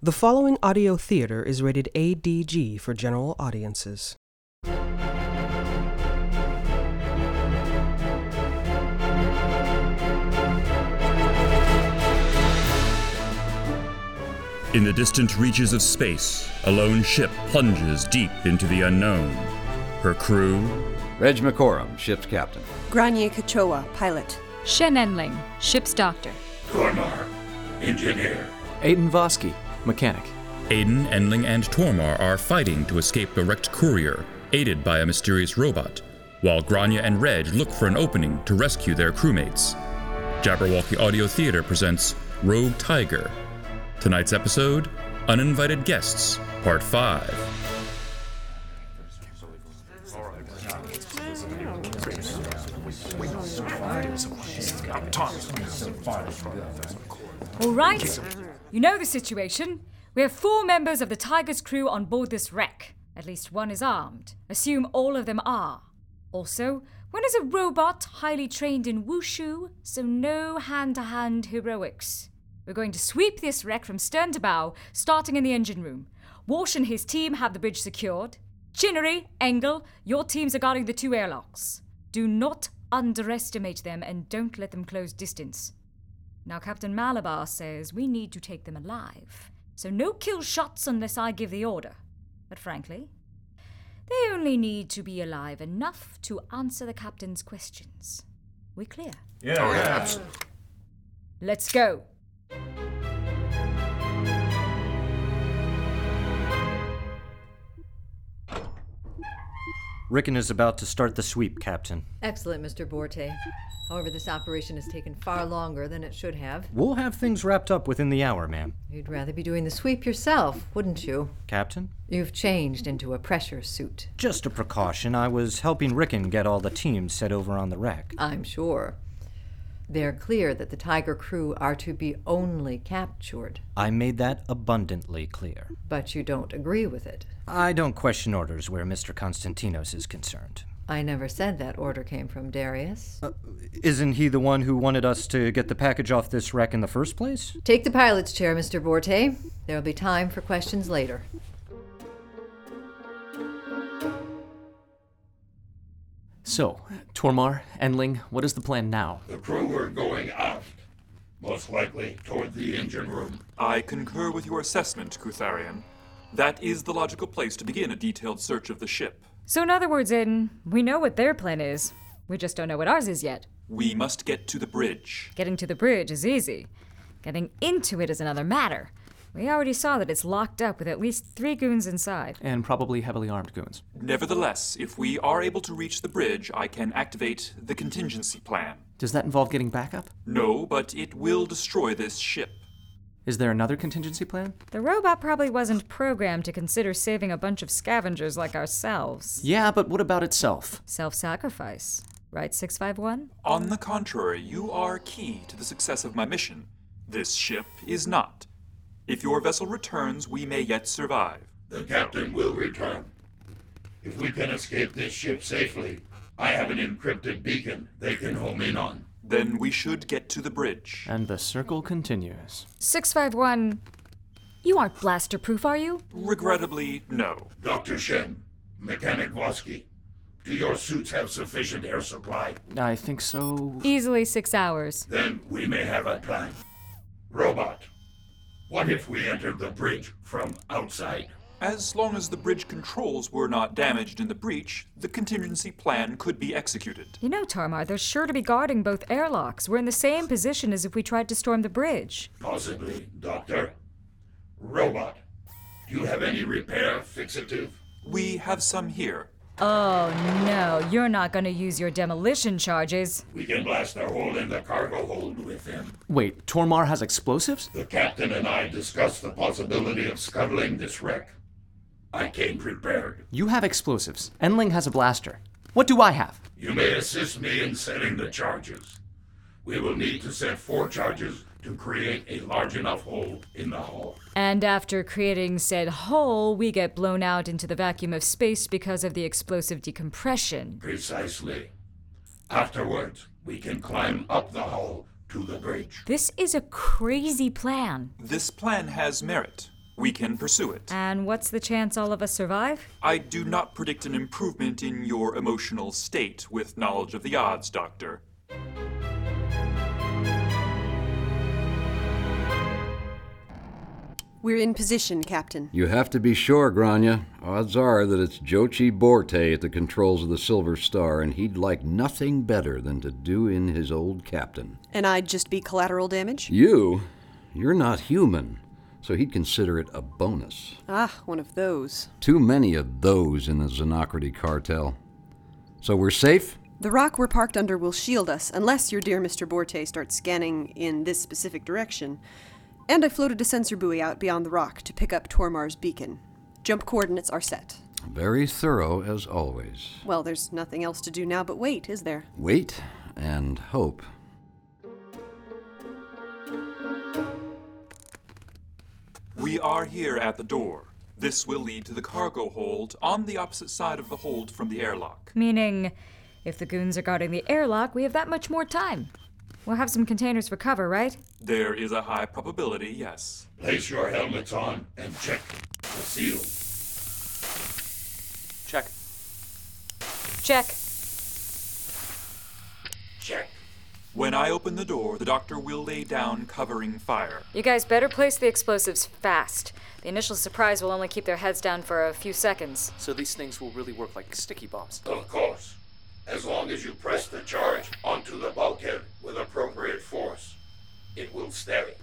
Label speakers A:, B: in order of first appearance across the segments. A: The following audio theater is rated ADG for general audiences.
B: In the distant reaches of space, a lone ship plunges deep into the unknown. Her crew,
C: Reg McCorum, ship's captain.
D: Grania Kachowa, pilot.
E: Shen Enling, ship's doctor.
F: Tormar, engineer.
G: Aiden Vosky, mechanic.
B: Aiden, Enling, and Tormar are fighting to escape the wrecked courier, aided by a mysterious robot, while Grania and Reg look for an opening to rescue their crewmates. Jabberwocky Audio Theater presents Rogue Tiger. Tonight's episode Uninvited Guests, Part 5.
E: All right. You know the situation. We have four members of the Tiger's crew on board this wreck. At least one is armed. Assume all of them are. Also, one is a robot highly trained in wushu, so no hand to hand heroics. We're going to sweep this wreck from stern to bow, starting in the engine room. Walsh and his team have the bridge secured. Chinnery, Engel, your teams are guarding the two airlocks. Do not underestimate them and don't let them close distance. Now, Captain Malabar says we need to take them alive, so no kill shots unless I give the order. But frankly, they only need to be alive enough to answer the captain's questions. We clear?
F: Yeah,
E: Let's go.
H: Rickon is about to start the sweep, Captain.
D: Excellent, Mr. Borte. However, this operation has taken far longer than it should have.
H: We'll have things wrapped up within the hour, ma'am.
D: You'd rather be doing the sweep yourself, wouldn't you?
H: Captain?
D: You've changed into a pressure suit,
H: Just a precaution, I was helping Rickon get all the teams set over on the wreck.
D: I'm sure. They're clear that the Tiger crew are to be only captured,
H: I made that abundantly clear.
D: but you don't agree with it.
H: I don't question orders where Mr. Konstantinos is concerned. Uh,
D: I never said that order came from Darius.
H: Isn't he the one who wanted us to get the package off this wreck in the first place?
D: Take the pilot's chair, Mr. Borte. There'll be time for questions later.
G: So, Tormar, Enling, what is the plan now?
F: The crew are going out. Most likely toward the engine room.
I: I concur with your assessment, Cutharian. That is the logical place to begin a detailed search of the ship.
E: So, in other words, Aiden, we know what their plan is. We just don't know what ours is yet.
I: We must get to the bridge.
E: Getting to the bridge is easy, getting into it is another matter. We already saw that it's locked up with at least three goons inside.
G: And probably heavily armed goons.
I: Nevertheless, if we are able to reach the bridge, I can activate the contingency plan.
G: Does that involve getting backup?
I: No, but it will destroy this ship.
G: Is there another contingency plan?
E: The robot probably wasn't programmed to consider saving a bunch of scavengers like ourselves.
G: Yeah, but what about itself?
E: Self sacrifice, right, 651?
I: On the contrary, you are key to the success of my mission. This ship is not. If your vessel returns, we may yet survive.
F: The captain will return. If we can escape this ship safely, I have an encrypted beacon they can home in on.
I: Then we should get to the bridge.
G: And the circle continues.
E: 651. You aren't blaster proof, are you?
I: Regrettably, no.
F: Dr. Shen, Mechanic Woski, do your suits have sufficient air supply?
G: I think so.
E: Easily six hours.
F: Then we may have a plan. Robot, what if we entered the bridge from outside?
I: As long as the bridge controls were not damaged in the breach, the contingency plan could be executed.
E: You know, Tarmar, they're sure to be guarding both airlocks. We're in the same position as if we tried to storm the bridge.
F: Possibly, Doctor. Robot, do you have any repair fixative?
I: We have some here.
E: Oh no, you're not gonna use your demolition charges.
F: We can blast a hole in the cargo hold with them.
G: Wait, Tormar has explosives?
F: The captain and I discussed the possibility of scuttling this wreck. I came prepared.
G: You have explosives. Enling has a blaster. What do I have?
F: You may assist me in setting the charges. We will need to set four charges to create a large enough hole in the hull.
E: And after creating said hole, we get blown out into the vacuum of space because of the explosive decompression.
F: Precisely. Afterwards, we can climb up the hull to the bridge.
E: This is a crazy plan.
I: This plan has merit.
B: we can pursue it.
E: And what's the chance all of us survive?
B: I do not predict an improvement in your emotional state with knowledge of the odds, Doctor.
J: We're in position, Captain.
C: You have to be sure, Grania. Odds are that it's Jochi Borte at the controls of the Silver Star, and he'd like nothing better than to do in his old captain.
J: And I'd just be collateral damage?
C: You? You're not human, so he'd consider it a bonus.
J: Ah, one of those.
C: Too many of those in the Xenocrity cartel. So we're safe?
J: The rock we're parked under will shield us, unless your dear Mr. Borte starts scanning in this specific direction. And I floated a sensor buoy out beyond the rock to pick up Tormar's beacon. Jump coordinates are set.
C: Very thorough, as always.
J: Well, there's nothing else to do now but wait, is there?
C: Wait and hope.
B: We are here at the door. This will lead to the cargo hold on the opposite side of the hold from the airlock.
E: Meaning, if the goons are guarding the airlock, we have that much more time. We'll have some containers for cover, right?
B: There is a high probability, yes.
F: Place your helmets on and check the seal.
B: Check.
E: Check.
F: Check.
B: When I open the door, the doctor will lay down covering fire.
E: You guys better place the explosives fast. The initial surprise will only keep their heads down for a few seconds.
H: So these things will really work like sticky bombs.
F: Of course. As long as you press the charge onto the bulkhead with appropriate force, it will stay.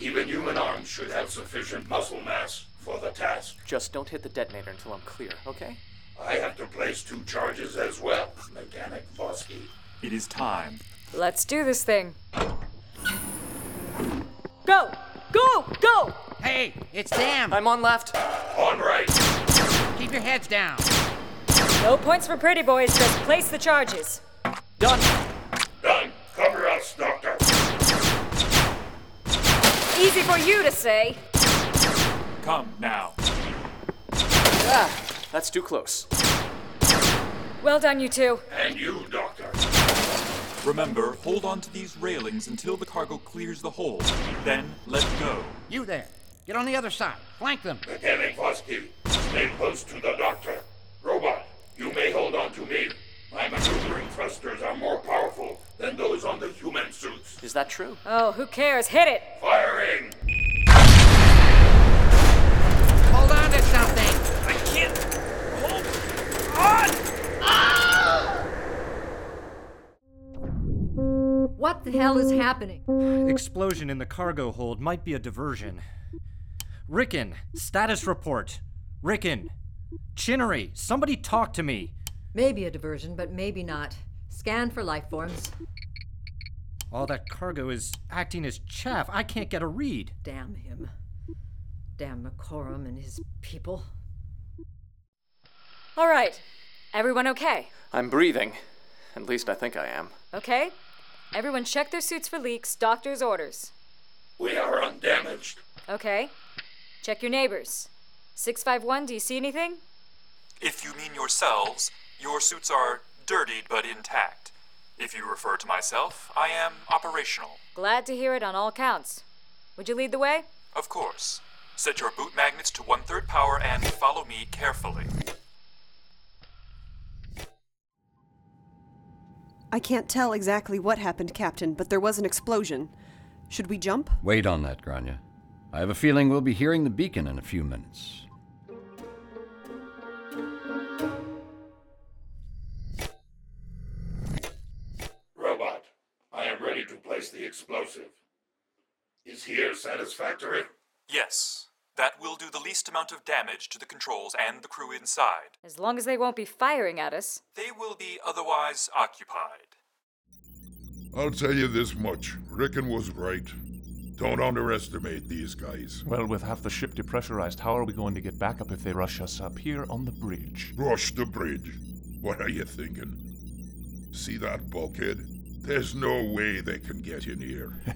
F: Even human arms should have sufficient muscle mass for the task.
H: Just don't hit the detonator until I'm clear, okay?
F: I have to place two charges as well, Mechanic Vosky.
B: It is time.
E: Let's do this thing. Go! Go! Go!
K: Hey, it's them.
H: I'm on left.
F: On right.
K: Keep your heads down.
E: No points for pretty boys, just place the charges.
H: Done.
F: Done. Cover us, Doctor.
E: Easy for you to say.
B: Come now.
H: That's too close.
E: Well done, you two.
F: And you, Doctor.
B: Remember, hold on to these railings until the cargo clears the hold. Then let go.
K: You there. Get on the other side. Flank them.
F: Mechanic Vosky, stay close to the Doctor. Robot, you may hold on to me. My maneuvering thrusters are more powerful than those on the human suits.
H: Is that true?
E: Oh, who cares? Hit it!
F: Firing!
K: Hold on to something.
B: I can't. Hold on!
D: What the hell is happening?
L: Explosion in the cargo hold might be a diversion. Rickon, status report. Rickon, Chinnery, somebody talk to me.
D: Maybe a diversion, but maybe not. Scan for life forms.
L: All that cargo is acting as chaff. I can't get a read.
D: Damn him. Damn McCorum and his people.
E: All right. Everyone okay?
H: I'm breathing. At least I think I am.
E: Okay? Everyone check their suits for leaks, doctor's orders.
F: We are undamaged.
E: Okay? Check your neighbors. 651, do you see anything?
B: If you mean yourselves, your suits are dirtied but intact. If you refer to myself, I am operational.
E: Glad to hear it on all counts. Would you lead the way?
B: Of course. Set your boot magnets to one third power and follow me carefully.
J: I can't tell exactly what happened, Captain, but there was an explosion. Should we jump?
C: Wait on that, Grania. I have a feeling we'll be hearing the beacon in a few minutes.
F: Robot, I am ready to place the explosive. Is here satisfactory?
B: Yes, that will do the least amount of damage to the controls and the crew inside.
E: As long as they won't be firing at us.
B: They will be otherwise occupied.
F: I'll tell you this much Rickon was right. Don't underestimate these guys.
M: Well, with half the ship depressurized, how are we going to get back up if they rush us up here on the bridge?
F: Rush the bridge. What are you thinking? See that bulkhead? There's no way they can get in here.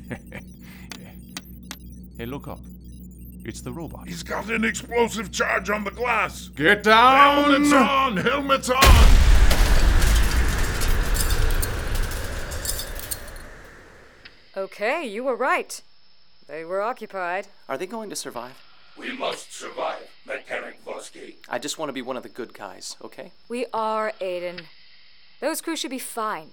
M: Hey, look up. It's the robot.
F: He's got an explosive charge on the glass.
M: Get
F: Helmets on! Helmets on!
E: Okay, you were right. They were occupied.
H: Are they going to survive?
F: We must
G: I just want to be one of the good guys, okay?
E: We are, Aiden. Those crews should be fine.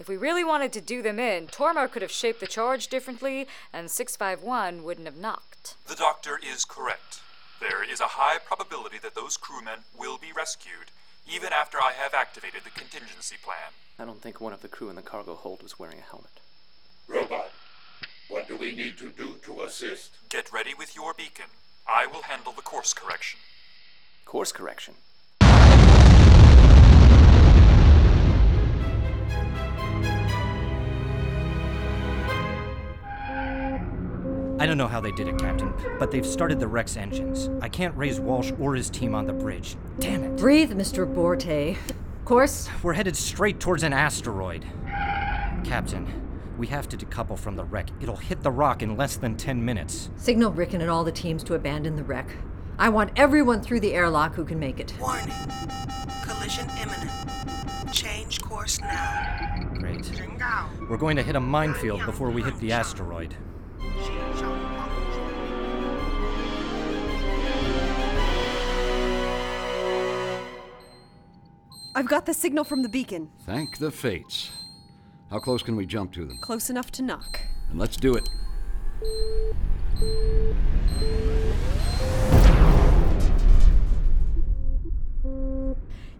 E: If we really wanted to do them in, Tormar could have shaped the charge differently, and 651 wouldn't have knocked.
I: The doctor is correct. There is a high probability that those crewmen will be rescued, even after I have activated the contingency plan.
G: I don't think one of the crew in the cargo hold was wearing a helmet.
F: Robot, what do we need to do to assist?
I: Get ready with your beacon. I will handle the course correction.
G: Course correction.
H: I don't know how they did it, Captain, but they've started the Rex engines. I can't raise Walsh or his team on the bridge. Damn it.
D: Breathe, Mr. Borte. Course?
H: We're headed straight towards an asteroid. Captain, we have to decouple from the wreck. It'll hit the rock in less than 10 minutes.
D: Signal Rickon and all the teams to abandon the wreck. I want everyone through the airlock who can make it.
N: Warning. Collision imminent. Change course now.
H: Great. We're going to hit a minefield before we hit the asteroid.
J: I've got the signal from the beacon.
C: Thank the fates. How close can we jump to them?
J: Close enough to knock.
C: And let's do it.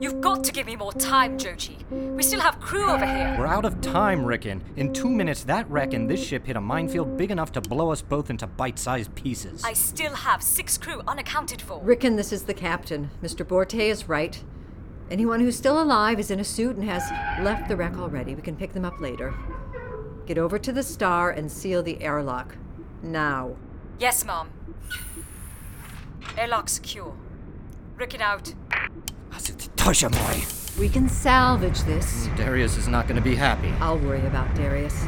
E: You've got to give me more time, Joji. We still have crew over here.
H: We're out of time, Rickon. In two minutes, that wreck and this ship hit a minefield big enough to blow us both into bite sized pieces.
E: I still have six crew unaccounted for.
D: Rickon, this is the captain. Mr. Borte is right. Anyone who's still alive is in a suit and has left the wreck already. We can pick them up later. Get over to the star and seal the airlock. Now.
E: Yes, Mom. Airlock secure. Rickon out.
H: Tasha Moy.
D: We can salvage this.
H: Darius is not going to be happy.
D: I'll worry about Darius.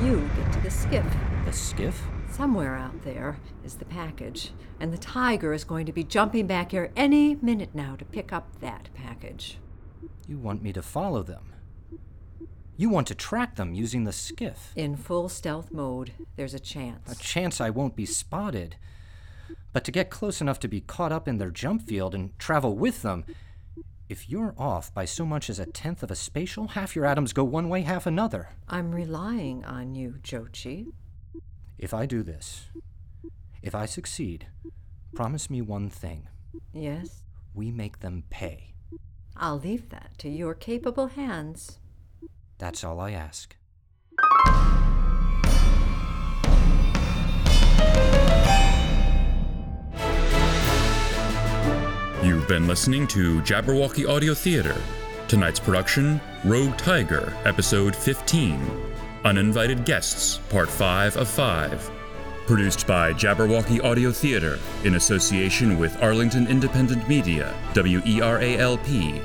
D: You get to the skiff.
H: The skiff?
D: Somewhere out there is the package, and the tiger is going to be jumping back here any minute now to pick up that package.
H: You want me to follow them? You want to track them using the skiff?
D: In full stealth mode, there's a chance.
H: A chance I won't be spotted. But to get close enough to be caught up in their jump field and travel with them, if you're off by so much as a tenth of a spatial, half your atoms go one way, half another.
D: I'm relying on you, Jochi.
H: If I do this, if I succeed, promise me one thing.
D: Yes?
H: We make them pay.
D: I'll leave that to your capable hands.
H: That's all I ask.
B: You've been listening to Jabberwocky Audio Theater. Tonight's production Rogue Tiger, Episode 15 Uninvited Guests, Part 5 of 5. Produced by Jabberwocky Audio Theater in association with Arlington Independent Media, E WERALP 96.7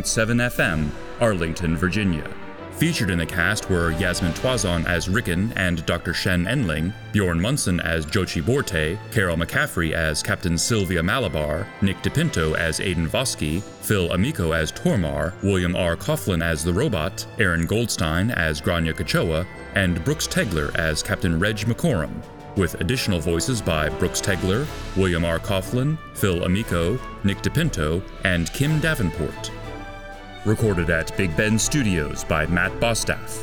B: FM, Arlington, Virginia. Featured in the cast were Yasmin Twazon as Rickon and Dr. Shen Enling, Bjorn Munson as Jochi Borte, Carol McCaffrey as Captain Sylvia Malabar, Nick DePinto as Aidan Vosky, Phil Amico as Tormar, William R. Coughlin as The Robot, Aaron Goldstein as Grania Kachoa, and Brooks Tegler as Captain Reg McCorum, with additional voices by Brooks Tegler, William R. Coughlin, Phil Amico, Nick DePinto, and Kim Davenport. Recorded at Big Ben Studios by Matt Bostaff.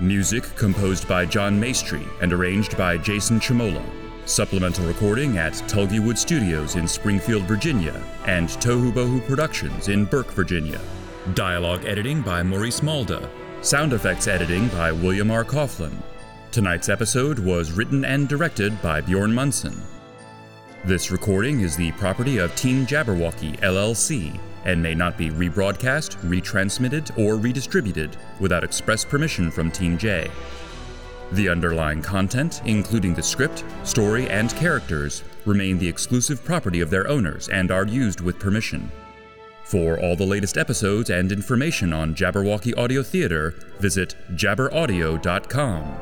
B: Music composed by John Maestri and arranged by Jason Chimola. Supplemental recording at Tulgywood Studios in Springfield, Virginia, and Tohu Bohu Productions in Burke, Virginia. Dialogue editing by Maurice Malda. Sound effects editing by William R. Coughlin. Tonight's episode was written and directed by Bjorn Munson. This recording is the property of Team Jabberwocky, LLC, and may not be rebroadcast, retransmitted, or redistributed without express permission from Team J. The underlying content, including the script, story, and characters, remain the exclusive property of their owners and are used with permission. For all the latest episodes and information on Jabberwocky Audio Theater, visit jabberaudio.com.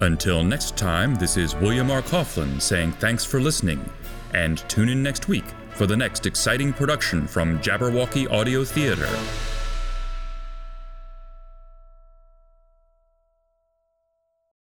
B: Until next time, this is William R. Coughlin saying thanks for listening, and tune in next week for the next exciting production from Jabberwocky Audio Theater.